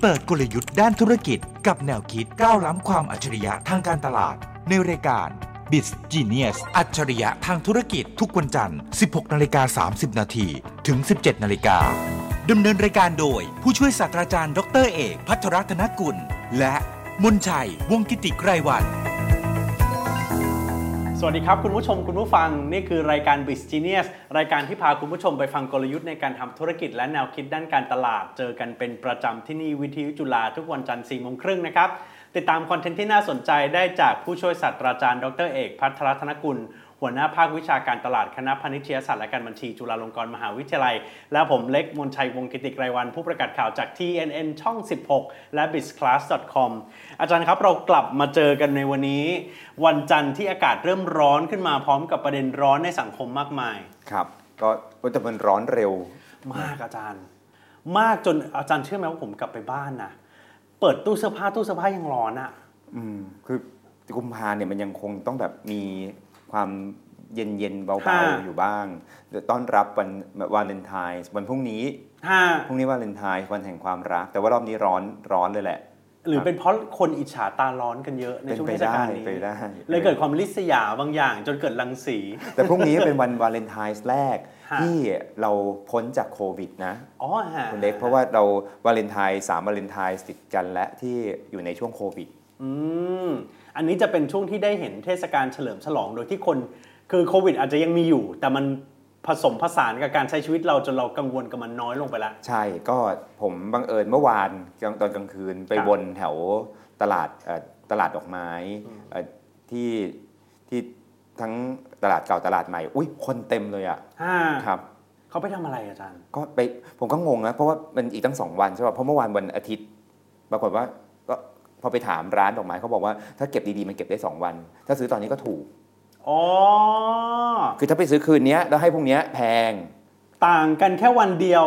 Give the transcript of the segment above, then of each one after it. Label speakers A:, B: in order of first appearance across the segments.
A: เปิดกลยุทธ์ด้านธุรกิจกับแนวคิดก้าวล้ำความอัจฉริยะทางการตลาด ในรายการ b i z Genius อัจฉริยะทางธุรกิจทุกวันจันทร์ 16นาฬิกา30นาทีถึง 17นาฬิกาดำเนินรายการโดย ผู้ช่วยศาสตราจารย์ดรเอก พัทรรัตนกุล และมนชัยวงศ์กิติไกรวัน
B: สวัสดีครับ คุณผู้ชมคุณผู้ฟัง นี่คือรายการ b i z Genius รายการที่พาคุณผู้ชมไปฟังกลยุทธ์ในการทำธุรกิจและแนวคิดด้านการตลาด เจอกันเป็นประจำที่นี่วิทยุจุฬาทุกวันจันทร์4โมงครึ่งนะครับ ติดตามคอนเทนต์ที่น่าสนใจได้จากผู้ช่วยศาสตราจารย์ดรเอก พัทรธนกุล หัวหน้าภาควิชาการตลาดคณะพาณิชยศาสตร์และการบัญชีจุฬาลงกรณ์มหาวิทยาลัย และผมเล็กมนชัยวงศ์กิติไกรวัน ผู้ประกาศข่าวจาก TNN ช่อง 16 และ b i z c l a s s c o m อาจารย์ครับเรากลับมาเจอกันในวันนี้ วันจันทร์ที่อากาศเริ่มร้อนขึ้นมาพร้อมกับประเด็นร้อนในสังคมมากมาย
C: ครับก็โอ้ยแต่มันร้อนเร็ว
B: มากอาจารย์ มากจนอาจารย์เชื่อไหมว่าผมกลับไปบ้านนะเปิดตู้เสื้อผ้าตู้เสื้อผ้ายังร้อนอะ่ะ
C: อืมคือกุมภาเนี่ยมันยังคงต้องแบบมีความเย็นเย็นๆเบา
B: ค่ะ
C: ๆอยู่บ้างเดี๋ยวต้อนรับวันวาเลนไทน์วันพรุ่งนี้
B: ถ้า
C: พรุ่งนี้วาเลนไทน์วันแห่งความรัก แต่ว่ารอบนี้ร้อนร้อนเลยแหละ
B: หรือเป็นเพราะคนอิจฉาตาร้อนกันเยอะใน
C: เป็น
B: ช่วง
C: ไป
B: เทศ
C: ได้
B: กาลนี้
C: ไปได้
B: เลยเกิดความลิษยาบางอย่าง จนเกิดรังสี
C: แต่พรุ่งนี้เป็นวันวาเลนไทน์แรก
B: ค่ะ
C: ที่เราพ้นจากโควิดนะ
B: อ๋อฮะ
C: คุณเล็กเพราะว่าเราวาเลนไทน์สามวาเลนไทน์ติดกันและที่อยู่ในช่วงโควิด
B: อืมอันนี้จะเป็นช่วงที่ได้เห็นเทศกาลเฉลิมฉลองโดยที่คน คือโควิด อาจจะยังมีอยู่ แต่มันผสมผสานกับการใช้ชีวิตเราจนเรากังวลกับมันน้อยลงไปละ
C: ใช่ก็ผมบังเอิญเมื่อวานกลางตอนกลางคืนไป
B: ครับ
C: วนแถวตลาดเอ่อตลาดดอกไม้เอ่อที่ที่ทั้งตลาดเก่าตลาดใหม่ อุ้ยคนเต็มเลยอะ
B: ่า
C: ครับ
B: เขาไปทำอะไรอาจารย์
C: ก็ไปผมก็งงนะเพราะว่ามันอีกตั้งสองวันใช่ป่ะเพราะเมื่อวานวันอาทิตย์ ปรากฏว่าก็พอไปถามร้านดอกไม้เขาบอกว่าถ้าเก็บดีๆมันเก็บได้สองวัน ถ้าซื้อตอนนี้ก็ถูก
B: อ๋อ
C: คือถ้าไปซื้อคืนเนี้ยแล้วให้พรุ่งเนี้ยแพง
B: ต่างกันแค่วันเดียว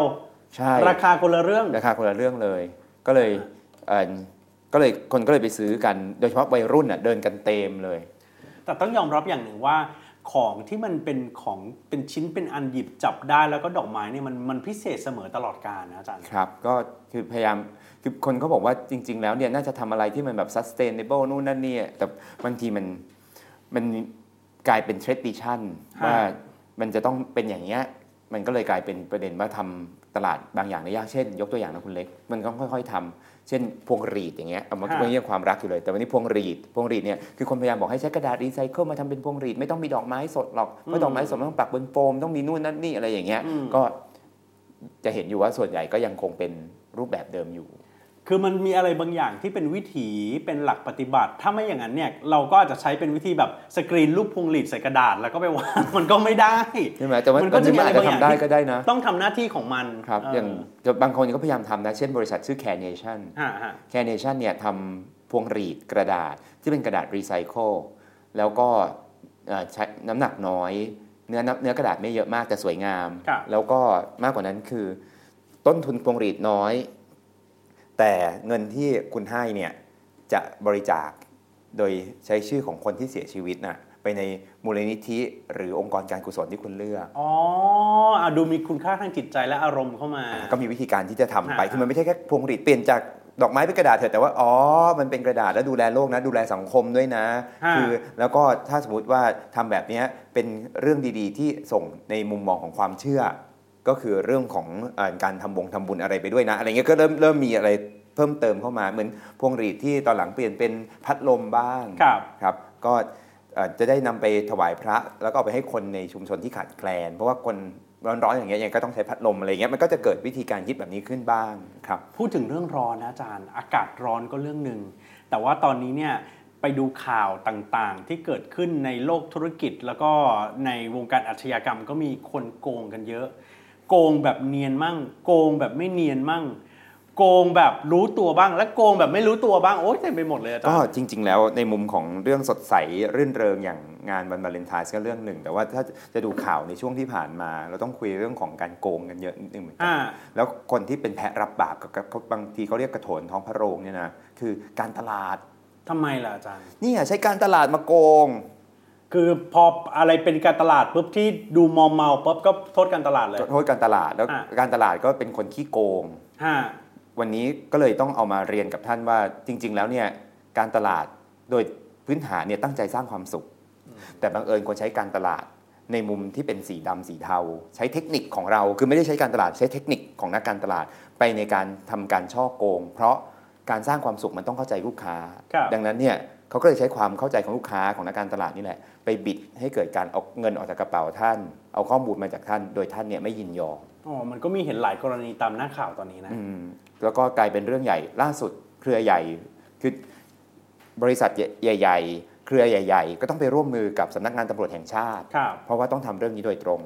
C: ใช่
B: ราคาคนละเรื่อง
C: ราคาคนละเรื่องเลย ก็เลยเอิ่มก็เลยคนก็เลยไปซื้อกัน โดยเฉพาะวัยรุ่นอ่ะเดินกันเต็มเลย
B: แต่ต้องยอมรับอย่างหนึ่งว่าของที่มันเป็นของเป็นชิ้นเป็นอันหยิบจับได้แล้วก็ดอกไม้เนี่ยมันมันพิเศษเสมอตลอดกาลนะอาจารย์
C: ครับ ก็คือพยายาม คือคนเขาบอกว่าจริง ๆ แล้วเนี่ยน่าจะทำอะไรที่มันแบบ sustainable นู่นนั่นนี่แต่บางทีมันมันกลายเป็น tradition
B: ฮะ
C: ว่ามันจะต้องเป็นอย่างเงี้ย มันก็เลยกลายเป็นประเด็นว่าทำตลาดบางอย่างได้ยาก เช่น ยกตัวอย่างนะคุณเล็ก มันก็ค่อย ๆทำเช่นพวงหรีดอย่างเงี้ยเอามาเป็นเรื่องความรักอยู่เลย แต่วันนี้พวงหรีดพวงหรีดเนี่ยคือคนพยายามบอกให้ใช้กระดาษรีไซเคิลมาทำเป็นพวงหรีดไม่ต้องมีดอกไม้สดหรอกเพราะดอกไม้สดมันต้องปักบนโฟมต้องมีนู่นนั่นนี่อะไรอย่างเงี้ย ก็ จะเห็นอยู่ว่าส่วนใหญ่ก็ยังคงเป็นรูปแบบเดิมอยู่
B: คือมันมีอะไรบางอย่างที่เป็นวิถีเป็นหลักปฏิบัติ ถ้าไม่อย่างนั้นเนี่ยเราก็อาจจะใช้เป็นวิธีแบบสกรีนรูปพวงหลีดใส่กระดาษแล้วก็ไปวาง มันก็ไม่ได้
C: ใช่ไหมแต่ว่า
B: มันก็จะมีอะไรบางอย่าง
C: แต่มันอาจจะทำได้
B: ที่
C: ก็ได้นะ
B: ต้องทำหน้าที่ของมัน
C: ครับ
B: เ
C: อย่างบางคนก็พยายามทำนะ เช่นบริษัทชื่อ Care Nation
B: ฮะฮะ
C: Care Nation เนี่ยทำพวงหรีดกระดาษที่เป็นกระดาษรีไซเคิลแล้วก็เอ่อใช้น้ำหนักน้อย เนื้อน้ำเนื้อกระดาษไม่เยอะมากแต่สวยงาม
B: ครับ
C: แล้วก็มากกว่านั้นคือ ต้นทุนพวงหรีดน้อย แต่เงินที่คุณให้เนี่ยจะบริจาคโดยใช้ชื่อของคนที่เสียชีวิตน่ะไปในมูลนิธิหรือองค์กรการกุศลที่คุณเลือก
B: อ๋ออ่ะดูมีคุณค่าทางจิตใจและอารมณ์เข้ามา
C: ก็มีวิธีการที่จะทำไป
B: อ่า
C: คือมันไม่ใช่แค่พวงหรีดเปลี่ยนจากดอกไม้เป็นกระดาษเถอะแต่ว่าอ๋อมันเป็นกระดาษแล้วดูแลโลกนะ ดูแลสังคมด้วยนะ คือแล้วก็ถ้าสมมติว่าทำแบบเนี้ยเป็นเรื่องดีๆ ที่ส่งในมุมมองของความเชื่อ ก็คือเรื่องของเออการทำบงทำบุญอะไรไปด้วยนะ อะไรเงี้ยก็เริ่มเริ่มมีอะไรเพิ่มเติมเข้ามาเหมือนพวงหรีดที่ตอนหลังเปลี่ยนเป็นพัดลมบ้าง
B: ครับ
C: ครับก็เอ่อจะได้นำไปถวายพระ แล้วก็เอาไปให้คนในชุมชนที่ขาดแคลน เพราะว่าคนร้อนๆอย่างเงี้ยยังก็ต้องใช้พัดลมอะไรเงี้ยมันก็จะเกิดวิธีการคิดแบบนี้ขึ้นบ้างครับ
B: พูดถึงเรื่องร้อนนะอาจารย์ อากาศร้อนก็เรื่องหนึ่ง แต่ว่าตอนนี้เนี่ยไปดูข่าวต่างๆ ที่เกิดขึ้นในโลกธุรกิจ แล้วก็ในวงการอาชญากรรมก็มีคนโกงกันเยอะ โกงแบบเนียนมั่ง โกงแบบไม่เนียนมั่ง โกงแบบรู้ตัวบ้าง และโกงแบบไม่รู้ตัวบ้างโอ๊ยเต็มไปหมดเลยอาจาร
C: ก็
B: ย์
C: จริง ๆ แล้วในมุมของเรื่องสดใสรื่นเริงอย่างงานวันวาเลนไทน์ก็เรื่องหนึ่ง แต่ว่าถ้าจะดูข่าวในช่วงที่ผ่านมา เราต้องคุยเรื่องของการโกงกันเยอะนิดนึงเหมือนกั
B: อ่า
C: แล้วคนที่เป็นแพะรับบาปกับกับบางทีเขาเรียกกระโถนท้องพระโรงเนี่ยนะคือการตลาด
B: ทำไมล่ะอาจารย์
C: เนี่ยใช้การตลาดมาโกง
B: คือพออะไรเป็นการตลาดปุ๊บที่ดูมอมเมาปุ๊บก็โทษการตลาดเลย
C: โทษการตลาดแล้ว
B: อ่ะ
C: การตลาดก็เป็นคนขี้โกง
B: ฮะ
C: วันนี้ก็เลยต้องเอามาเรียนกับท่านว่าจริง ๆ แล้วเนี่ยการตลาดโดยพื้นฐานเนี่ยตั้งใจสร้างความสุข แต่บังเอิญคนใช้การตลาดในมุมที่เป็นสีดำสีเทา ใช้เทคนิคของเราคือไม่ได้ใช้การตลาดใช้เทคนิคของนักการตลาดไปในการทำการช่อโกง เพราะการสร้างความสุขมันต้องเข้าใจลูกค้า
B: ครับ
C: ดังนั้นเนี่ยเขาก็เลยใช้ความเข้าใจของลูกค้าของนักการตลาดนี่แหละ ไปบิดให้เกิดการเอาเงินออกจากกระเป๋าท่าน เอาข้อมูลมาจากท่าน โดยท่านเนี่ยไม่ยินยอม
B: อ๋อมันก็มีเห็นหลายกรณีตามหน้าข่าวตอนนี้นะ
C: อืมแล้วก็กลายเป็นเรื่องใหญ่ล่าสุดเครือใหญ่คือบริษัทใหญ่ ๆ เครือใหญ่ ๆ ก็ต้องไปร่วมมือกับสำนักงานตำรวจแห่งชาติ
B: ครับ
C: เพราะว่าต้องทำเรื่องนี้โดยตรง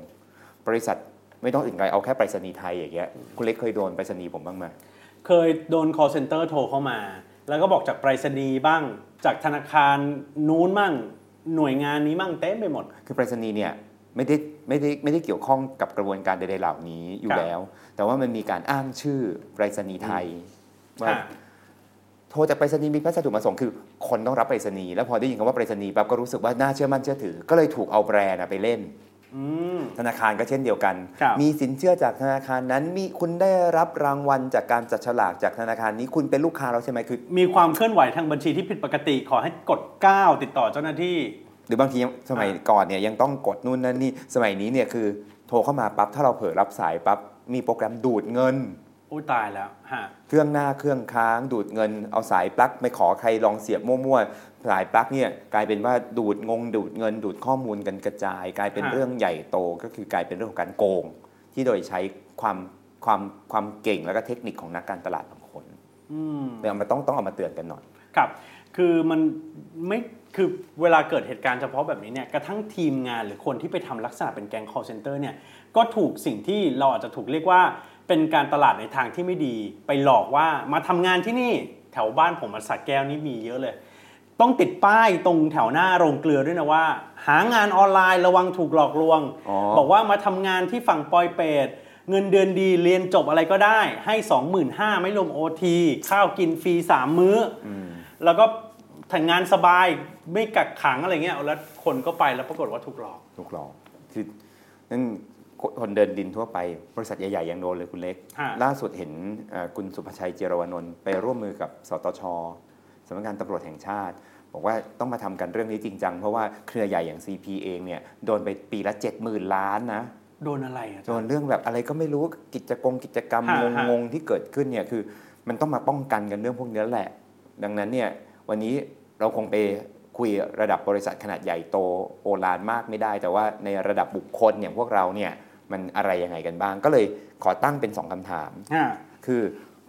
C: บริษัทไม่ต้องอื่นไกลเอาแค่ไปรษณีย์ไทยอย่างเงี้ยคุณเล็กเคยโดนไปรษณีย์ผมบ้างไหม
B: เคยโดน call center โทรเข้ามา แล้วก็บอกจากไปรษณีย์บ้าง จากธนาคารนู้นมั่ง หน่วยงานนี้มั่งเต็มไปหมด
C: คือไปรษณีย์เนี่ยไม่ได้ไม่ได้ไม่ได้เกี่ยวข้องกับกระบวนการใดๆเหล่านี้อยู่
B: ครับ
C: แล้ว แต่ว่ามันมีการอ้างชื่อไปรษณีย์ไทยว่า
B: ค่ะ
C: โทรจากไปรษณีย์มีพัสดุมาส่งคือ คนต้องรับไปรษณีย์แล้วพอได้ยินคำว่าไปรษณีย์ปั๊บก็รู้สึกว่าน่าเชื่อมั่นเชื่อถือ ก็เลยถูกเอาแบรนด์อะไปเล่น
B: อืม
C: ธนาคารก็เช่นเดียวกัน
B: ครับ
C: มีสินเชื่อจากธนาคารนั้นมีคุณได้รับรางวัลจากการจัดฉลากจากธนาคารนี้คุณเป็นลูกค้าเราใช่ไหมคือ
B: มีความเคลื่อนไหวทางบัญชีที่ผิดปกติขอให้กด 9 ติดต่อเจ้าหน้าที่
C: หรือบางทียังสมัยก่อนเนี่ยยังต้องกดนู่นนั่นนี่สมัยนี้เนี่ยคือโทรเข้ามาปั๊บถ้าเราเผลอรับสายปั๊บมีโปรแกรมดูดเงิน
B: โอ้ยตายแล้วฮะ
C: เครื่องหน้าเครื่องค้างดูดเงินเอาสายปลั๊กไม่ขอใครลองเสียบมั่วๆสายปลั๊กเนี่ยกลายเป็นว่าดูดงงดูดเงิน ดูดข้อมูลกันกระจาย กลายเป็น
B: ฮะ
C: เรื่องใหญ่โตก็คือกลายเป็นเรื่องของการโกง ที่โดยใช้ความความความเก่งแล้วก็เทคนิคของนักการตลาดบางคน
B: อืม
C: เนี่ยเอามันต้องต้องเอามาเตือนกันหน่อย
B: ครับ คือมันไม่ คือเวลาเกิดเหตุการณ์เฉพาะแบบนี้เนี่ย กระทั่งทีมงานหรือคนที่ไปทำลักษณะเป็นแก๊ง call center เนี่ย ก็ถูกสิ่งที่เราอาจจะถูกเรียกว่า เป็นการตลาดในทางที่ไม่ดี ไปหลอกว่ามาทำงานที่นี่ แถวบ้านผมมาสักแก้วนี่มีเยอะเลย ต้องติดป้ายตรงแถวหน้าโรงเกลือด้วยนะว่า หางานออนไลน์ระวังถูกหลอกลวง
C: อ๋อ
B: บอกว่ามาทำงานที่ฝั่งปอยเปตเงินเดือนดีเรียนจบอะไรก็ได้ ให้ 25,000ไม่รวมโอทีข้าวกินฟรีสามมื้ออแล้วก็ทางงานสบายไม่กักขังอะไรเงี้ยแล้วคนก็ไปแล้วปรากฏว่าถูกหลอก
C: ลูกหลอกคือนั่นคนเดินดินทั่วไป บริษัทใหญ่ ๆ อย่างโดนเลยคุณเล็ก
B: ฮะ
C: ล่าสุดเห็นเอ่อคุณสุภชัยเจรวนนท์ไปร่วมมือกับสตชสำนักงานตำรวจแห่งชาติ บอกว่าต้องมาทำกันเรื่องนี้จริงจัง เพราะว่าเครือใหญ่อย่าง CP เองเนี่ยโดนไปปีละ 7 0,000 ล้านนะ
B: โดนอะไรอ่ะ
C: โดนเรื่องแบบอะไรก็ไม่รู้กิจกรรมกิจกรรม
B: ฮะ
C: งง
B: ฮะ
C: งๆที่เกิดขึ้นเนี่ยคือมันต้องมาป้องกันกันเรื่องพวกนี้แหละ ดังนั้นเนี่ยวันนี้เราคงไปคุยระดับบริษัทขนาดใหญ่โตโอฬารมากไม่ได้ แต่ว่าในระดับบุคคลอย่างพวกเราเนี่ยมันอะไรยังไงกันบ้าง ก็เลยขอตั้งเป็น 2คำถาม
B: อ่า
C: คือ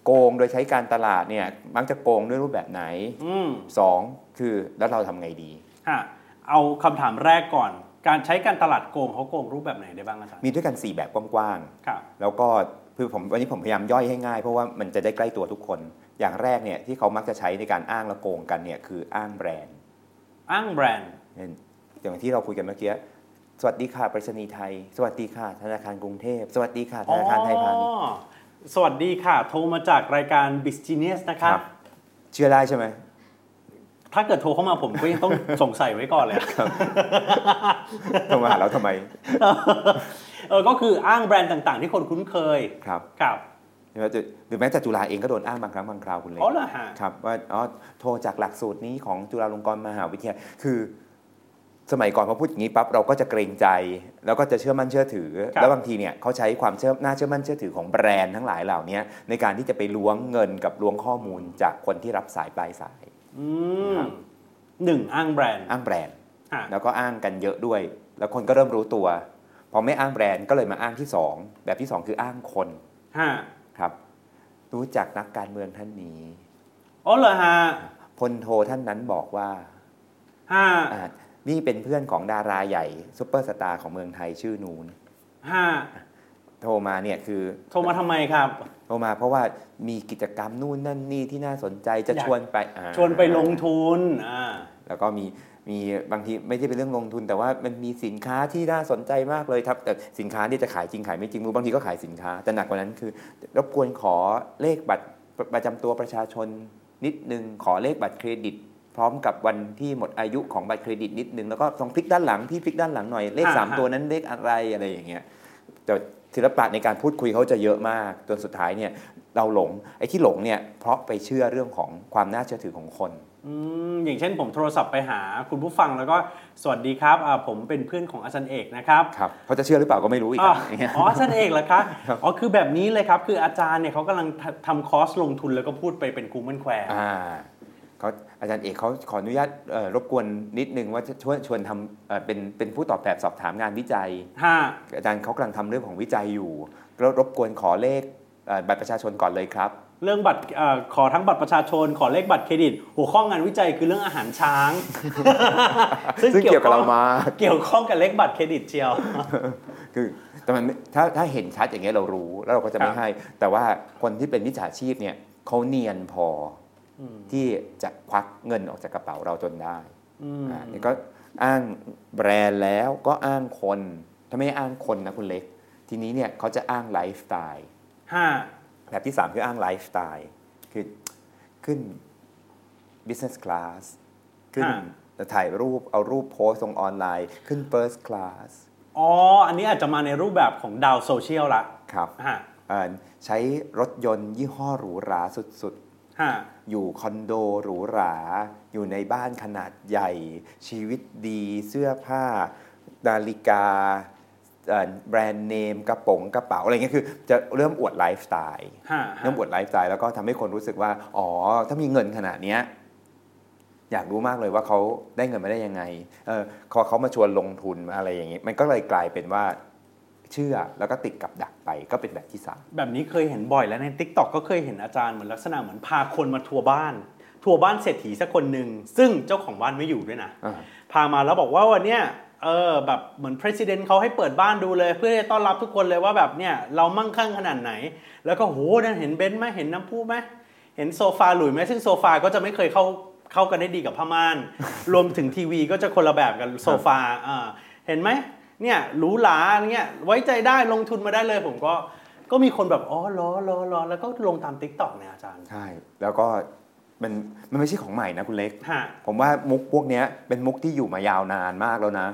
C: โกงโดยใช้การตลาดเนี่ยมักจะโกงด้วยรูปแบบไหน
B: อืม
C: สองคือแล้วเราทำไงดี
B: ฮะเอาคำถามแรกก่อน การใช้การตลาดโกงเขาโกงรูปแบบไหนได้บ้างอาจารย์
C: มีด้วยกันสี่แบบกว้างๆ
B: ครับ
C: แล้วก็คือผมวันนี้ผมพยายามย่อยให้ง่ายเพราะว่ามันจะได้ใกล้ตัวทุกคน อย่างแรกเนี่ยที่เขามักจะใช้ในการอ้างและโกงกันเนี่ยคืออ้างแบรนด์
B: อ้างแบรนด์
C: เช่นอย่างที่เราคุยกันเมื่อกี้สวัสดีค่ะไปรษณีย์ไทย สวัสดีค่ะธนาคารกรุงเทพ สวัสดีค่ะธนาคารไทยพาณิชย์
B: อ๋อสวัสดีค่ะ โทรมาจากรายการ b i z Genius นะครับ
C: เชื่อได้ใช่ไหม
B: ถ้าเกิดโทรเข้ามาผมก็ยังต้อง สงสัยไว้ก่อนเลย
C: โทรมาหาเราทำไม
B: เออก็คืออ้างแบรนด์ต่างๆ ที่คนคุ้นเคย
C: ครับ
B: ครับ
C: หรือว่าจะหรือแม้แต่จุฬาเองก็โดนอ้างบางครั้งบางคราวคุณเลย
B: อ๋อเหรอฮะ
C: ครับว่าอ๋อโทรจากหลักสูตรนี้ของจุฬาลงกรณ์มหาวิทยาลัยคือสมัยก่อนพอพูดอย่างนี้ปั๊บเราก็จะเกรงใจ แล้วก็จะเชื่อมั่นเชื่อถือ
B: ครับ
C: แล้วบางทีเนี่ยเขาใช้ความเชื่อน่าเชื่อมั่นเชื่อถือของแบรนด์ทั้งหลายเหล่านี้ในการที่จะไปล้วงเงินกับล้วงข้อมูลจากคนที่รับสายปลายสาย
B: อืม
C: ครับ
B: หนึ่งอ้างแบรนด์
C: อ้างแบรนด์
B: ฮะ
C: แล้วก็อ้างกันเยอะด้วย แล้วคนก็เริ่มรู้ตัวพอไม่อ้างแบรนด์ก็เลยมาอ้างที่สองแบบที่สองคืออ้างคน
B: ฮะ
C: ครับรู้จักนักการเมืองท่านนี้
B: อ๋อเหรอฮะ
C: พลโทท่านนั้นบอกว่า
B: ฮะ
C: อ่านี่เป็นเพื่อนของดาราใหญ่ซุปเปอร์สตาร์ของเมืองไทยชื่อนูน
B: ฮะ
C: โทรมาเนี่ยคือ
B: โทรมาทำไมครับ
C: โทรมาเพราะว่ามีกิจกรรมนู่นนั่นนี่ที่น่าสนใจจะ
B: อยาก
C: ชวนไปอ่า
B: ชวนไปลงทุนอ่า
C: แล้วก็มีมีบางทีไม่ใช่เป็นเรื่องลงทุน แต่ว่ามันมีสินค้าที่น่าสนใจมากเลยครับแต่สินค้าเนี่ยจะขายจริงขายไม่จริงรู้บางทีก็ขายสินค้า แต่หนักกว่านั้นคือ รบกวนขอเลขบัตรประจำตัวประชาชนนิดนึงขอเลขบัตรเครดิต พร้อมกับวันที่หมดอายุของบัตรเครดิตนิดนึงแล้วก็ลองพลิกด้านหลังพี่พลิกด้านหลังหน่อยเลข
B: อ่า
C: สาม
B: ฮะ
C: ตัวนั้นเลขอะไรอะไรอย่างเงี้ยแต่ ศิลปะในการพูดคุยเขาจะเยอะมากจนสุดท้ายเนี่ยเราหลงไอ้ที่หลงเนี่ยเพราะไปเชื่อเรื่องของความน่าเชื่อถือของคน
B: อืมอย่างเช่นผมโทรศัพท์ไปหาคุณผู้ฟังแล้วก็สวัสดีครับอ่าผมเป็นเพื่อนของอาจารย์เอกนะครับ
C: ครับเขาจะเชื่อหรือเปล่าก็ไม่รู้อีก
B: อ๋อ
C: อะอย่างเงี้ย
B: อ๋ออาจารย์เอกเหรอคะ อ๋อ คือแบบนี้เลยครับ คืออาจารย์เนี่ยเขากำลังทำทำคอร์สลงทุนแล้วก็พูดไปเป็นคูเมนแควร์
C: อ่าเขาอาจารย์เอกเขาขออนุญาตเอ่อรบกวนนิดนึงว่าจะชวนชวนทำเอ่อเป็นเป็นผู้ตอบแบบสอบถามงานวิจัย
B: ห้า
C: อาจารย์เขากำลังทำเรื่องของวิจัยอยู่แล้วรบกวนขอเลขเอ่อบัตรประชาชนก่อนเลยครับ
B: เรื่องบัตรเอ่อขอทั้งบัตรประชาชน ขอเลขบัตรเครดิต หัวข้องานวิจัยคือเรื่องอาหารช้าง
C: ซึ่งเกี่ยวกับเรามาก
B: เกี่ยวข้องกับเลขบัตรเครดิตเชียว
C: คือแต่มันไม่ถ้าถ้าเห็นชัดอย่างเงี้ยเรารู้แล้วเราก็จะไม่
B: ครับ
C: ให้ แต่ว่าคนที่เป็นมิจฉาชีพเนี่ยเขาเนียนพออที่จะควักเงินออกจากกระเป๋าเราจนได้อ่านี่ก็อ้างแบรนด์แล้วก็อ้างคนถ้าไม่อ้างคนนะคุณเล็ก ทีนี้เนี่ยเขาจะอ้างไลฟ์สไตล์
B: ห้า
C: แบบที่ 3 คืออ้างไลฟ์สไตล์คือขึ้น business class ขึ้น
B: ฮะ
C: ถ่ายรูปเอารูปโพสต์ลงออนไลน์ขึ้น first class
B: อ๋อ อันนี้อาจจะมาในรูปแบบของดาวโซเชียลละ
C: ครับ
B: ห้า
C: เอ่อใช้รถยนต์ยี่ห้อหรูหราสุด
B: ห้า
C: ๆ อยู่คอนโดหรูหรา อยู่ในบ้านขนาดใหญ่ ชีวิตดีเสื้อผ้า นาฬิกาเอ่อแบรนด์เนม กระโป๋องกระเป๋า อะไรเงี้ยคือจะเริ่มอวดไลฟ์สไตล์
B: ฮะ
C: เริ่มอวดไลฟ์สไตล์แล้วก็ทำให้คนรู้สึกว่า อ๋อ ถ้ามีเงินขนาดเนี้ยอยากรู้มากเลยว่าเขาได้เงินมาได้ยังไงเออพอเขามาชวนลงทุนมาอะไรอย่างงี้มันก็เลยกลายเป็นว่าเชื่อแล้วก็ติดกับดักไปก็เป็นแบบที่สาม
B: แบบนี้เคยเห็นบ่อยแล้วใน t ิ k t o k ก็เคยเห็นอาจารย์เหมือนลักษณะเหมือนพาคนมาทัวร์บ้าน ทัวร์บ้านเศรษฐีสักคนหนึ่งซึ่งเจ้าของบ้านไม่อยู่ด้วยนะ
C: อ่า
B: พามาแล้วบอกว่าวันเนี้ยเออแบบเหมือน president เขาให้เปิดบ้านดูเลย เพื่อจะต้อนรับทุกคนเลยว่าแบบเนี่ยเรามั่งคั่งขนาดไหน แล้วก็โหนั่นเห็นเบนซ์ไหมเห็นน้ำพุไหมเห็นโซฟาหลุยไหมซึ่งโซฟาก็จะไม่เคยเข้าเข้ากันได้ดีกับผ้าม่าน รวมถึงทีวีก็จะคนละแบบกันโซฟาอ่าเห็นไหมเนี่ยหรูหราอะไรเงี้ยไว้ใจได้ลงทุนมาได้เลยผมก็ก็มีคนแบบอ๋อล้อล้อล้อแล้วก็ลงตามติ๊กต็อกเนี่ยอาจารย์
C: ใช่ แล้วก็มันมันไม่ใช่ของใหม่นะคุณเล็ก
B: ฮะ
C: ผมว่ามุกพวกเนี้ยเป็นมุกที่อยู่มายาวนานมากแล้วนะ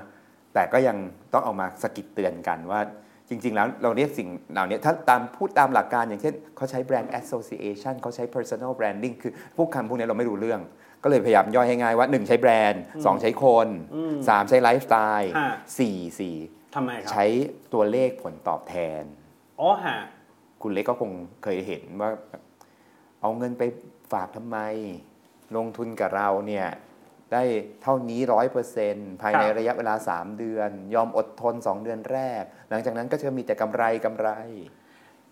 C: แต่ก็ยังต้องเอามาสะกิดเตือนกันว่าจริง ๆ แล้วเราเรียกสิ่งเหล่านี้ถ้าตามพูดตามหลักการอย่างเช่นเขาใช้ brand association เขาใช้ personal branding คือพวกคำพวกนี้เราไม่รู้เรื่อง ก็เลยพยายามย่อยให้ง่ายว่า 1 ใช้แบรนด์ 2 ใช้คน 3 ใช้ไลฟ์สไตล์สี่สี่
B: ทำไมครับ
C: ใช้ตัวเลขผลตอบแทน
B: อ๋อฮะ
C: คุณเล็กก็คงเคยเห็นว่า เอาเงินไปฝากทำไม ลงทุนกับเราเนี่ย ได้เท่านี้ร้อยเปอร์เซนภายในระยะเวลา 3 เดือน ยอมอดทน 2 เดือนแรก หลังจากนั้นก็จะมีแต่กำไรกำไร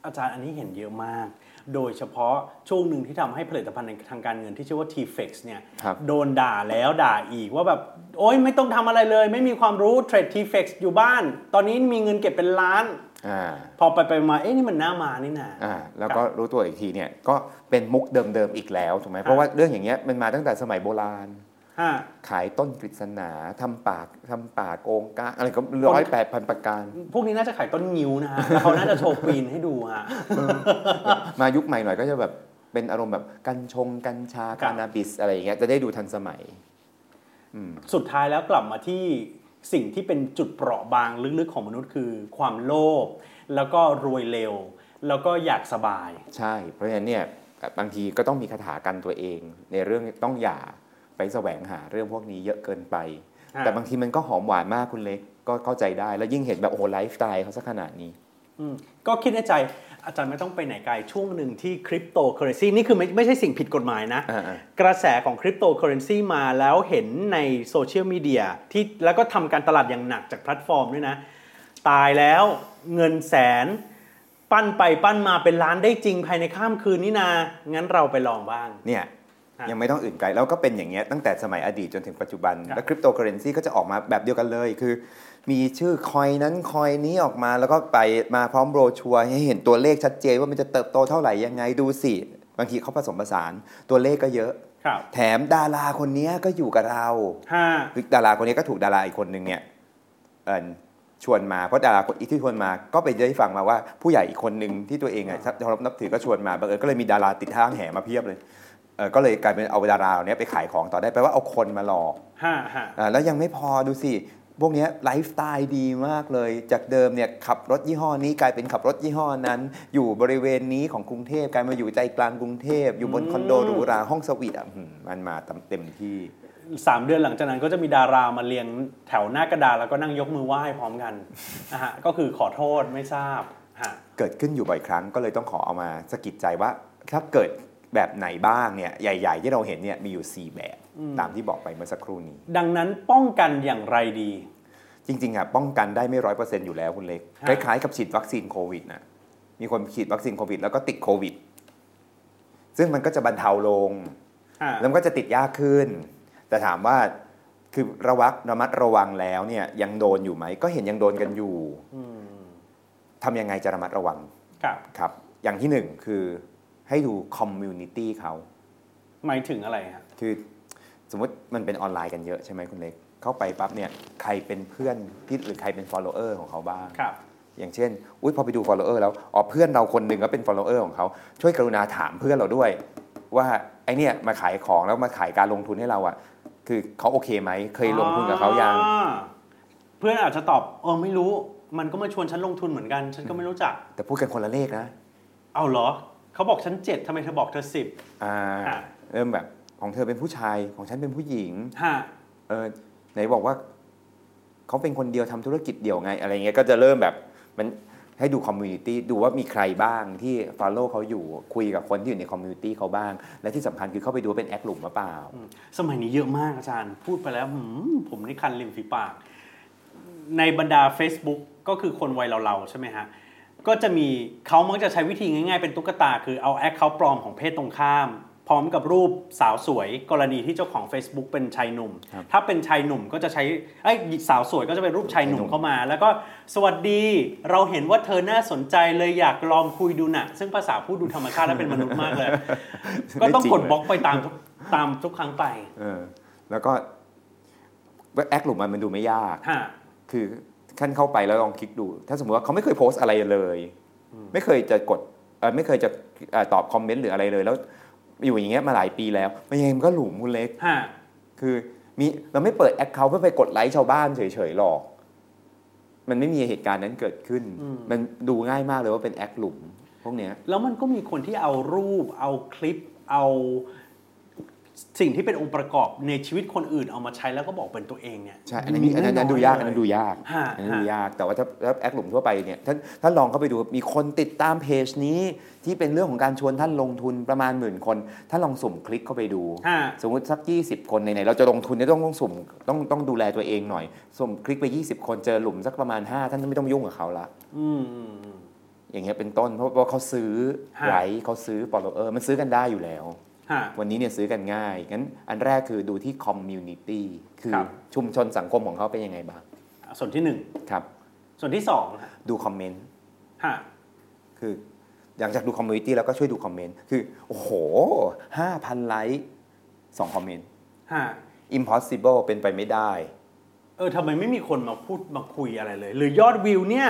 B: อาจารย์อันนี้เห็นเยอะมาก โดยเฉพาะช่วงหนึ่งที่ทำให้ผลิตภัณฑ์ในทางการเงินที่ชื่อว่า T-Fex เนี่ย
C: ครับ
B: โดนด่าแล้วด่าอีกว่าแบบ โอ๊ยไม่ต้องทำอะไรเลย ไม่มีความรู้เทรด T-Fex อยู่บ้าน ตอนนี้มีเงินเก็บเป็นล้าน
C: อ่า
B: พอไปไปมาเอ๊ะนี่มันหน้ามานี่นา
C: อ่าแล้วก็รู้ตัวอีกทีเนี่ย ก็เป็นมุกเดิมๆอีกแล้วถูกไหมเพราะว่าเรื่องอย่างเงี้ยมันมาตั้งแต่สมัยโบราณ
B: ฮะ
C: ขายต้นกฤษณาทำปากทำปากโกงกะอะไรก็ร้อยแปดพันประการ
B: พวกนี้น่าจะขายต้นงิ้วนะฮะแล้วเขาน่าจะโชว์ปีนให้ดูฮะ
C: มายุคใหม่หน่อยก็จะแบบเป็นอารมณ์แบบกัญชง กัญชา
B: ครับ
C: คานาบิสอะไรอย่างเงี้ยจะได้ดูทันสมัย
B: สุดท้ายแล้วกลับมาที่สิ่งที่เป็นจุดเปราะบางลึกๆของมนุษย์คือความโลภแล้วก็รวยเร็ว แล้วก็อยากสบาย
C: ใช่ เพราะฉะนั้นเนี่ยบางทีก็ต้องมีคาถากันตัวเอง ในเรื่องต้องอย่าไปแสวงหาเรื่องพวกนี้เยอะเกินไป
B: ฮะ
C: แต่บางทีมันก็หอมหวานมากคุณเล็กก็เข้าใจได้ แล้วยิ่งเห็นแบบโอ้โหไลฟ์สไตล์เขาสักขนาดนี้
B: อืมก็คิดในใจอาจารย์ไม่ต้องไปไหนไกลช่วงหนึ่งที่คริปโตเคอเรนซีนี่คือไม่ไม่ใช่สิ่งผิดกฎหมายนะ
C: อ่า
B: กระแสของคริปโตเคอเรนซีมาแล้วเห็นในโซเชียลมีเดียที่แล้วก็ทำการตลาดอย่างหนักจากแพลตฟอร์มด้วยนะ ตายแล้วเงินแสน ปั้นไปปั้นมาเป็นล้านได้จริงภายในข้ามคืนนี่นา งั้นเราไปลองบ้าง
C: เนี่ย
B: ฮะ
C: ยังไม่ต้องอื่นไกล แล้วก็เป็นอย่างเงี้ยตั้งแต่สมัยอดีตจนถึงปัจจุบัน
B: ครับ
C: แล้วคริปโตเคอเรนซีก็จะออกมาแบบเดียวกันเลยคือ มีชื่อคอยนั้นคอยนี้ออกมาแล้วก็ไปมาพร้อมโบรชัวร์ให้เห็นตัวเลขชัดเจนว่ามันจะเติบโตเท่าไหร่ยังไงดูสิ บางทีเขาผสมผสานตัวเลขก็เยอะ
B: ครับ
C: แถมดาราคนเนี้ยก็อยู่กับเรา
B: ห้า
C: คือดาราคนเนี้ยก็ถูกดาราอีกคนนึงเนี่ยเอิ่นชวนมาเพราะดาราคนอีกที่ชวนมาก็ไปได้ฟังมาว่าผู้ใหญ่อีกคนนึงที่ตัวเองอ่ะเคารพนับถือก็ชวนมาบังเอิญก็เลยมีดาราติดห้างแห่มาเพียบเลยเออก็เลยกลายเป็นเอาดาราเหล่าเนี้ยไปขายของต่อได้แปลว่าเอาคนมาหลอก
B: ห้าห้า
C: อ่าแล้วยังไม่พอดูสิ พวกเนี้ยไลฟ์สไตล์ดีมากเลย จากเดิมเนี่ยขับรถยี่ห้อนี้กลายเป็นขับรถยี่ห้อนั้น อยู่บริเวณนี้ของกรุงเทพกลายมาอยู่ใจกลางกรุงเทพ อยู่บนคอนโดหรูหราห้องสวีทอ่ะอืมมันมาเต็มที่
B: สามเดือนหลังจากนั้นก็จะมีดารามาเรียงแถวหน้ากระดานแล้วก็นั่งยกมือไหว้พร้อมกันนะฮะก็คือขอโทษไม่ทราบฮะ
C: เกิดขึ้นอยู่บ่อยครั้งก็เลยต้องขอเอามาสะกิดใจว่าถ้าเกิดแบบไหนบ้างเนี่ยใหญ่ ๆ ที่เราเห็นเนี่ยมีอยู่ 4 แบบตามที่บอกไปเมื่อสักครู่นี้
B: ดังนั้นป้องกันอย่างไรดี
C: จริงๆอ่ะป้องกันได้ไม่ร้อยเปอร์เซ็นต์อยู่แล้วคุณเล็ก
B: ฮะ
C: คล้ายๆกับฉีดวัคซีนโควิดนะมีคนฉีดวัคซีนโควิด แล้วก็ติดโควิด ซึ่งมันก็จะบรรเทาลง
B: ฮะ
C: แล้วมันก็จะติดยากขึ้น แต่ถามว่าคือระวักระมัดระวังแล้วเนี่ยยังโดนอยู่ไหม ก็เห็นยังโดนกันอยู่ทำยังไงจะระมัดระวัง
B: ครับ
C: ครับ อย่างที่หนึ่งคือให้ดูคอมมูนิตี้เขา
B: หมายถึงอะไรฮะ
C: คือสมมติมันเป็นออนไลน์กันเยอะใช่ไหมคุณเล็ก เข้าไปปั๊บเนี่ยใครเป็นเพื่อนที่หรือใครเป็น follower ของเขาบ้าง
B: ครับ
C: อย่างเช่น อุ้ยพอไปดู follower แล้ว อ๋อเพื่อนเราคนหนึ่งก็เป็น follower ของเขา ช่วยกรุณาถามเพื่อนเราด้วย ว่าไอเนี่ยมาขายของแล้วมาขายการลงทุนให้เราอะคือเขาโอเคไหม เคยลงทุนกับเขายัง
B: อ่าเพื่อนอาจจะตอบเออไม่รู้ มันก็มาชวนฉันลงทุนเหมือนกัน ฉันก็ไม่รู้จัก
C: แต่พูดกันคนละเลขนะ
B: เอาเหรอ เขาบอกฉันเจ็ดทำไมเธอบอกเธอสิบ
C: อ่า
B: ค่ะ
C: เริ่มแบบของเธอเป็นผู้ชาย ของฉันเป็นผู้หญิง
B: ฮะ
C: เออไหนบอกว่าเขาเป็นคนเดียวทำธุรกิจเดี่ยวไงอะไรเงี้ยก็จะเริ่มแบบมันให้ดูคอมมูนิตี้ดูว่ามีใครบ้างที่ Follow เขาอยู่คุยกับคนที่อยู่ในคอมมูนิตี้เขาบ้าง และที่สำคัญคือเข้าไปดูว่าเป็นแอคหลุมหรือเปล่า
B: สมัยนี้เยอะมากอาจารย์ พูดไปแล้วหืมผมนี่คันริมฝีปาก ในบรรดา Facebook ก็คือคนวัยเราๆใช่ไหมฮะ ก็จะมีเขามักจะใช้วิธีง่ายๆ เป็นตุ๊กตา คือเอาแอคเคาท์ปลอมของเพศตรงข้าม พร้อมกับรูปสาวสวย กรณีที่เจ้าของ Facebook เป็นชายหนุ่ม
C: ครับ
B: ถ้าเป็นชายหนุ่มก็จะใช้ไอ้ยสาวสวยก็จะเป็นรูปชายหนุ่ม
C: ชายหนุ่ม
B: เข้ามา แล้วก็สวัสดีเราเห็นว่าเธอน่าสนใจเลยอยากลองคุยดูนะซึ่งภาษาพูดดูธรรมชาติและเป็นมนุษย์มากเลย ก็ต้องกดบล็อกไปตามทุกตามทุกครั้งไป
C: เออแล้วก็แอคหลุมมันดูไม่ยาก
B: ฮะ
C: คือขั้นเข้าไปแล้วลองคลิกดู ถ้าสมมติว่าเขาไม่เคยโพสต์อะไรเลย ไม่เคยจะกดเอ่อไม่เคยจะเอ่อตอบคอมเมนต์หรืออะไรเลยแล้วอยู่อย่างเงี้ยมาหลายปีแล้วมันยังไงมันก็หลุมคุณเล็ก
B: ฮะ
C: คือมีเราไม่เปิดแอคเคาท์เพื่อไปกดไลค์ชาวบ้านเฉยๆหรอก มันไม่มีเหตุการณ์นั้นเกิดขึ้น
B: อืม
C: มันดูง่ายมากเลยว่าเป็นแอคหลุม พวกเนี้ย
B: แล้วมันก็มีคนที่เอารูป เอาคลิป เอาสิ่งที่เป็นองค์ประกอบในชีวิตคนอื่นเอามาใช้แล้วก็บอกเป็นตัวเองเนี่ย
C: ใช่ อันนั้นอันนั้นอันนั้นดู
B: มี
C: ยาก
B: เล
C: อันนั้นดูยาก
B: ฮะ
C: อันนั้น
B: ฮะ
C: ดูยาก แต่ว่าถ้าถ้าแอคหลุมทั่วไปเนี่ยท่านท่านลองเข้าไปดู มีคนติดตามเพจนี้ที่เป็นเรื่องของการชวนท่านลงทุนประมาณหมื่นคน ท่านลองสุ่มคลิกเข้าไปดู
B: ฮะ
C: สมมติสัก 20 คนไหนๆเราจะลงทุนเนี่ยต้องต้องสุ่มต้องต้องดูแลตัวเองหน่อย สุ่มคลิกไป 20 คนเจอหลุมสักประมาณ 5 ท่านไม่ต้องยุ่งกับเขาละ
B: อืมอืมอืม
C: อย่างเงี้ยเป็นต้นเพราะว่าเขาซื้อ
B: ฮะ
C: ไลค์เขาซื้อ follower มันซื้อกันได้อยู่แล้ว
B: ฮะ
C: วันนี้เนี่ยซื้อกันง่าย งั้นอันแรกคือดูที่ community คือ
B: ครับ
C: ชุมชนสังคมของเขาเป็นยังไงบ้าง
B: ส่วนที่หนึ่ง
C: ครับ
B: ส่วนที่สองฮะ
C: ดูคอมเมนต์
B: ฮะ
C: คือหลังจากดูคอมมูนิตี้แล้วก็ช่วยดูคอมเมนต์คือ โอ้โห 5,000 ไลค์2คอมเมนต์
B: ฮะ
C: impossible เป็นไปไม่ได้
B: เออทำไมไม่มีคนมาพูดมาคุยอะไรเลย หรือยอดวิวเนี่ย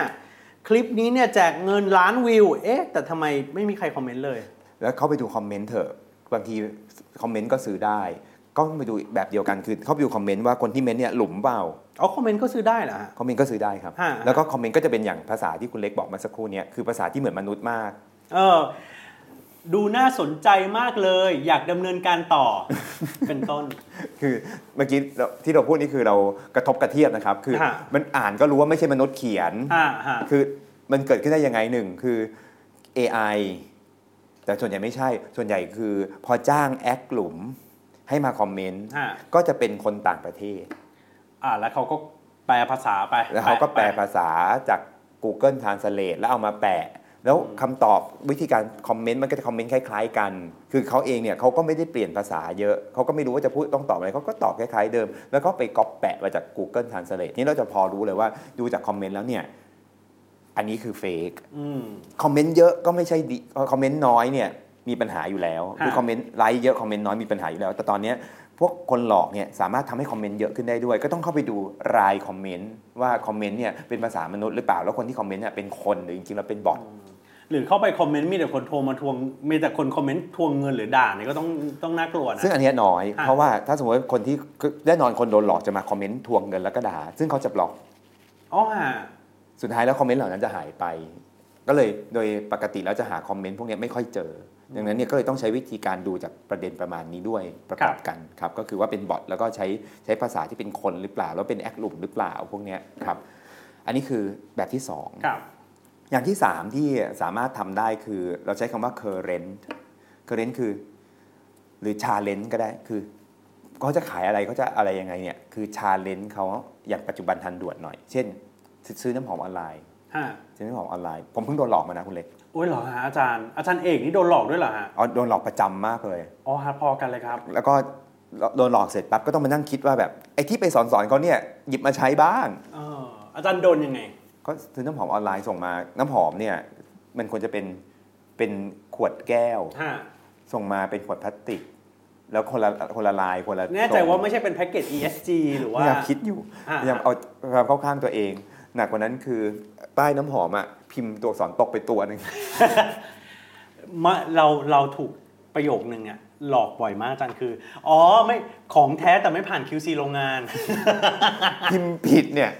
B: คลิปนี้เนี่ยแจกเงินล้านวิว เอ๊ะ แต่ทำไมไม่มีใครคอมเมนต์เลย
C: แล้วเข้าไปดูคอมเมนต์เถอะ บางทีคอมเมนต์ก็ซื้อได้ ก็ไปดูแบบเดียวกันคือเข้าไปดูคอมเมนต์ว่าคนที่เมนต์เนี่ยหลุมเปล่า
B: อ๋อ คอมเมนต์ก็ซื้อได้เหรอฮะ
C: คอมเมนต์ก็ซื้อได้ครับ
B: ฮะ
C: แล้วก็คอมเมนต์ก็จะเป็นอย่างภาษาที่คุณเล็กบอกมาสักครู่เนี้คือภาษาที่เหมือนมนุษย์มาก
B: เออ ดูน่าสนใจมากเลย อยากดำเนินการ ต่อ เป็นต้น
C: คือเมื่อกี้เราที่เราพูดนี่คือเรากระทบกระเทียบนะครับ คือ
B: ฮะ
C: มันอ่านก็รู้ว่าไม่ใช่มนุษย์เขียน
B: อ่าฮะ
C: คือมันเกิดขึ้นได้ยังไงหนึ่งคือ AI แต่ส่วนใหญ่ไม่ใช่ ส่วนใหญ่คือพอจ้างแอคกลุ่มให้มาคอมเมนต์
B: ฮะ
C: ก็จะเป็นคนต่างประเทศ
B: อ่าแล้วเขาก็แปลภาษาไป
C: แล้วเขาก็แปล
B: ไป
C: ภาษาจาก Google Translate แล้วเอามาแปะ แล้วคำตอบวิธีการคอมเมนต์มันก็จะคอมเมนต์คล้ายๆกัน คือเขาเองเนี่ยเขาก็ไม่ได้เปลี่ยนภาษาเยอะ เขาก็ไม่รู้ว่าจะพูดต้องตอบอะไรเขาก็ตอบคล้ายๆเดิม แล้วก็ไปก๊อปแปะมาจาก Google Translate นี่เราจะพอรู้เลยว่าดูจากคอมเมนต์แล้วเนี่ย อันนี้คือเฟก
B: อืม
C: คอมเมนต์เยอะก็ไม่ใช่ดีเอ่อคอมเมนต์น้อยเนี่ยมีปัญหาอยู่แล้ว
B: ฮะ
C: คือคอมเมนต์ไลค์เยอะคอมเมนต์น้อยมีปัญหาอยู่แล้ว แต่ตอนเนี้ยพวกคนหลอกเนี่ยสามารถทำให้คอมเมนต์เยอะขึ้นได้ด้วย ก็ต้องเข้าไปดูรายคอมเมนต์ว่าคอมเมนต์เนี่ยเป็นภาษามนุษย์หรือเปล่าแล้วคนที่คอมเมนต์เนี่ยเป็นคนหรือจริงๆแล้วเป็นบอท
B: หรือเข้าไปคอมเมนต์มีแต่คนโทรมาทวงมีแต่คนคอมเมนต์ทวงเงินหรือด่าเนี่ยก็ต้องต้องน่ากลัวนะ
C: ซึ่งอันเนี้ยน้อย
B: อ่ะ
C: เพราะว่าถ้าสมมติว่าคนที่แน่นอนคนโดนหลอกจะมาคอมเมนต์ทวงเงินแล้วก็ด่าซึ่งเขาจะบล็อก
B: อ๋อ
C: สุดท้ายแล้วคอมเมนต์เหล่านั้นจะหายไป ก็เลยโดยปกติแล้วจะหาคอมเมนต์พวกเนี้ยไม่ค่อยเจอ ดังนั้นเนี่ยก็เลยต้องใช้วิธีการดูจากประเด็นประมาณนี้ด้วยประกอบกันครับก็คือว่าเป็นบอทแล้วก็ใช้ใช้ภาษาที่เป็นคนหรือเปล่า แล้วเป็นแอคหลุมหรือเปล่าพวกเนี้ยครับอันนี้คือแบบที่สอง
B: ครับ
C: อย่างที่ 3 ที่สามารถทำได้คือเราใช้คำว่า current current คือ หรือ challenge ก็ได้คือเขาจะขายอะไรเขาจะอะไรยังไงเนี่ยคือ challenge เขาอย่างปัจจุบันทันด่วนหน่อย เช่น ซื้อน้ำหอมออนไลน์
B: ฮะ
C: ซื้อน้ำหอมออนไลน์ ผมเพิ่งโดนหลอกมานะคุณเล็ก
B: โอ้ยเหรอฮะอาจารย์ อาจารย์เอกนี่โดนหลอกด้วยเหรอฮะ
C: อ๋อโดนหลอกประจำมากเลย
B: อ๋อฮะพอกันเลยครับ
C: แล้วก็โดนหลอกเสร็จปั๊บก็ต้องมานั่งคิดว่าแบบไอ้ที่ไปสอนสอนๆเขาเนี่ยหยิบมาใช้บ้าง
B: เอออาจารย์โดนยังไง
C: ก็ซื้อน้ำหอมออนไลน์ส่งมาน้ำหอมเนี่ยมันควรจะเป็นเป็นขวดแก้ว
B: ฮะ
C: ส่งมาเป็นขวดพลาสติก แล้วคนละคนละลายคนละ
B: แน่ใจว่า
C: ทรง
B: ไม่ใช่เป็นแพ็กเกจ ESG หรือ
C: พ
B: ว่า
C: ยายามคิดอยู่
B: อ่า
C: พยายามเอาความเข้าข้างตัวเอง หนักกว่านั้นคือใต้น้ำหอมอ่ะพิมพ์ตัวสอนตกไปตัวหนึ่ง
B: มาเราเราถูกประโยคนึงอะหลอกบ่อยมากอาจารย์คือ อ๋อไม่ของแท้แต่ไม่ผ่าน QC โรงงาน
C: พิมพ์ผิดเนี่ย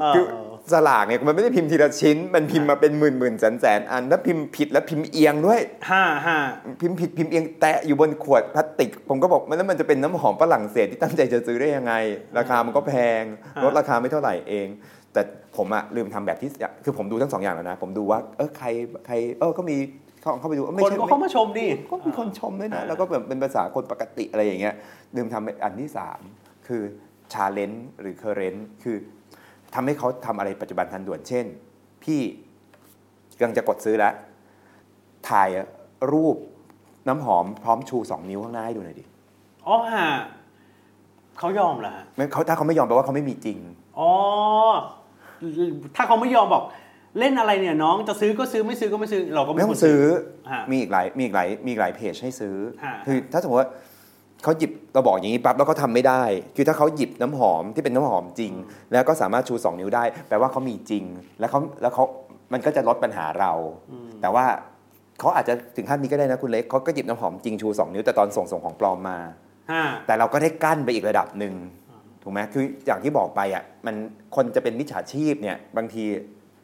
B: เออ
C: คือสลากเนี่ยมันไม่ได้พิมพ์ทีละชิ้น มันพิมพ์มาเป็นหมื่นหมื่นแสนแสนอันแล้วพิมพ์ผิดแล้วพิมพ์เอียงด้วย
B: ห้าห้า
C: พิมพ์ผิดพิมพ์เอียงแตะอยู่บนขวดพลาสติก ผมก็บอกมันแล้วมันจะเป็นน้ำหอมฝรั่งเศสที่ตั้งใจจะซื้อได้ยังไง ราคามันก็แพงลดราคาไม่เท่าไหร่เอง แต่ผมอะลืมทำแบบที่คือผมดูทั้งสองอย่างแล้วนะ ผมดูว่าเออใครใครเออก็มีเข้าเข้าไปดูเออไม่
B: คน
C: ใช่
B: ก็
C: ไม่
B: เข้ามาชมดิ
C: ก็มีคนชมด้วยนะ
B: อ่า
C: แล้วก็แบบเป็นภาษาคนปกติอะไรอย่างเงี้ยลืมทำอันที่ 3 คือ challenge หรือ current คือทำให้เขาทำอะไรปัจจุบันทันด่วน เช่น พี่กำลังจะกดซื้อแล้ว ถ่ายรูปน้ำหอมพร้อมชู 2 นิ้วข้างหน้าให้ดูหน่อยดิ
B: อ๋อฮะเขายอมเหรอฮะ
C: ไม่เขาถ้าเขาไม่ยอมแปลว่าเขาไม่มีจริง
B: อ๋อ ถ้าเขาไม่ยอมบอกเล่นอะไรเนี่ยน้องจะซื้อก็ซื้อไม่ซื้อก็ไม่ซื้อเราก็
C: ไม่
B: ไม่ค
C: ต้อ
B: ว
C: ง
B: ร
C: ซื้อ
B: ฮะ
C: มีอีกหลาย มีอีกหลาย มีอีกหลายเพจให้ซื้อ
B: ฮะ
C: คือถ้าสมมติว่าเขาหยิบเราบอกอย่างนี้ปั๊บแล้วเขาทำไม่ได้ คือถ้าเขาหยิบน้ำหอมที่เป็นน้ำหอมจริง แล้วก็สามารถชู 2 นิ้วได้ แปลว่าเขามีจริง แล้วเขาแล้วเขามันก็จะลดปัญหาเรา แต่ว่าเขาอาจจะถึงขั้นนี้ก็ได้นะคุณเล็กเขาก็หยิบน้ำหอมจริงชูสองนิ้วแต่ตอนส่งส่งของปลอมมา
B: ห้า
C: แต่เราก็ได้กั้นไปอีกระดับหนึ่งถูกไหมคืออย่างที่บอกไปอ่ะมันคนจะเป็นมิจฉาชีพเนี่ยบางที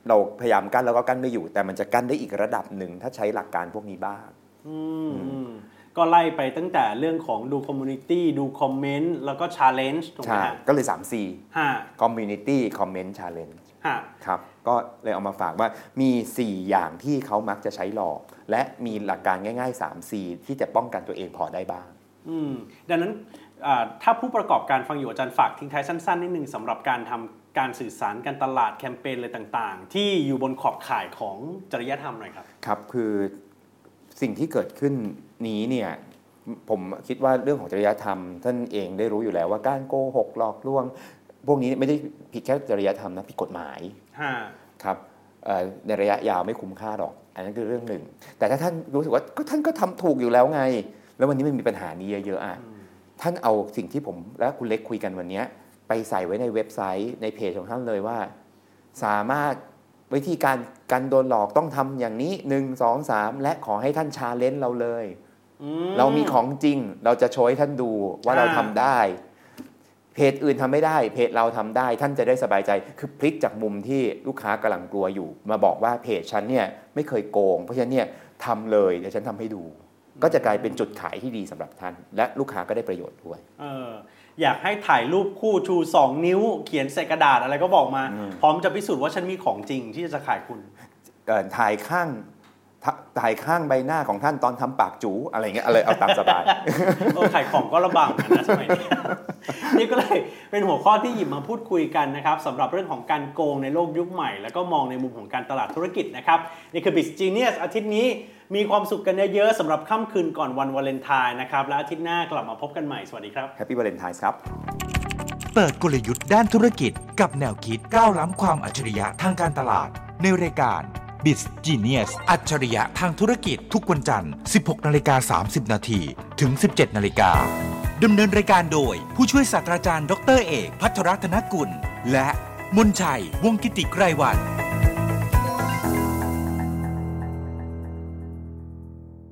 C: เราพยายามกั้นแล้วก็กั้นไม่อยู่ แต่มันจะกั้นได้อีกระดับหนึ่งถ้าใช้หลักการพวกนี้บ้าง
B: อืมอืมก็ไล่ไปตั้งแต่เรื่องของดูคอมมูนิตี้ดูคอมเมนต์แล้วก็ชาเลนจ์ถูกไหม
C: ใช่
B: ฮะ
C: ก็เลย 3C
B: ห้า
C: Community Comment Challenge
B: ห้า
C: ครับ ก็เลยเอามาฝากว่ามี 4 อย่างที่เขามักจะใช้หลอก และมีหลักการง่าย ๆ 3C ที่จะป้องกันตัวเองพอได้บ้าง
B: อืมดังนั้นอ่าถ้าผู้ประกอบการฟังอยู่อาจารย์ฝากทิ้งท้ายสั้นๆนิดนึงสำหรับการทำการสื่อสารการตลาดแคมเปญอะไรต่างๆ ที่อยู่บนขอบข่ายของจริยธรรมหน่อยครับ
C: ครับคือสิ่งที่เกิดขึ้นนี้เนี่ยผมคิดว่าเรื่องของจริยธรรม ท่านเองได้รู้อยู่แล้วว่าการโกหกหลอกลวง พวกนี้ไม่ได้ผิดแค่จริยธรรมนะผิดกฎหมายครับเอ่อในระยะยาวไม่คุ้มค่าหรอก อันนั้นคือเรื่องหนึ่ง แต่ถ้าท่านรู้สึกว่าก็ท่านก็ทำถูกอยู่แล้วไง แล้ววันนี้มันมีปัญหานี้เยอะๆอ่ะท่านเอาสิ่งที่ผมและคุณเล็กคุยกันวันเนี้ยไปใส่ไว้ในเว็บไซต์ในเพจของท่านเลยว่า สามารถวิธีการการโดนหลอกต้องทำอย่างนี้ 1 2 3 และขอให้ท่านชาเลนจ์เราเลย
B: อืม
C: เรามีของจริงเราจะโชว์ให้ท่านดูว่า
B: อ่า
C: เราทำได้ เพจอื่นทำไม่ได้ เพจเราทำได้ ท่านจะได้สบายใจ คือพลิกจากมุมที่ลูกค้ากำลังกลัวอยู่ มาบอกว่าเพจฉันเนี่ยไม่เคยโกง เพราะฉะนั้นเนี่ยทำเลยเดี๋ยวฉันทำให้ดู ก็จะกลายเป็นจุดขายที่ดีสำหรับท่าน และลูกค้าก็ได้ประโยชน์ด้วย
B: เอออยากให้ถ่ายรูปคู่ชู 2 นิ้ว เขียนใส่กระดาษอะไรก็บอกมา พร้อมจะพิสูจน์ว่าฉันมีของจริงที่จะขายคุณ
C: เอ่อถ่ายข้างถถ่ายข้างใบหน้าของท่านตอนทำปากจูอะไรเงี้ยอะไรเอาตามสบาย
B: เออขายของก็ลำบากเหมือนกันนะสมัยนี้ นี่ก็เลยเป็นหัวข้อที่หยิบมาพูดคุยกันนะครับสำหรับเรื่องของการโกงในโลกยุคใหม่ แล้วก็มองในมุมของการตลาดธุรกิจนะครับ นี่คือ b i z Genius อาทิตย์นี้มีความสุขกันเยอะๆสำหรับค่ำคืนก่อนวันวาเลนไทน์นะครับ และอาทิตย์หน้ากลับมาพบกันใหม่สวัสดีครับ
C: แฮปปี้วาเลนไทน์ครับ
A: เปิดกลยุทธ์ด้านธุรกิจกับแนวคิดก้าวล้ำความอัจฉริยะทางการตลาด ในรายการ b i z Genius อัจฉริยะทางธุรกิจทุกวันจันทร์ 16 นาฬิกา 30 นาทีถึง 17 นาฬิกาดำเนินรายการโดย ผู้ช่วยศาสตราจารย์ดรเอก พัทรรัตนกุล และมนชัย วงศ์กิติไกรวัน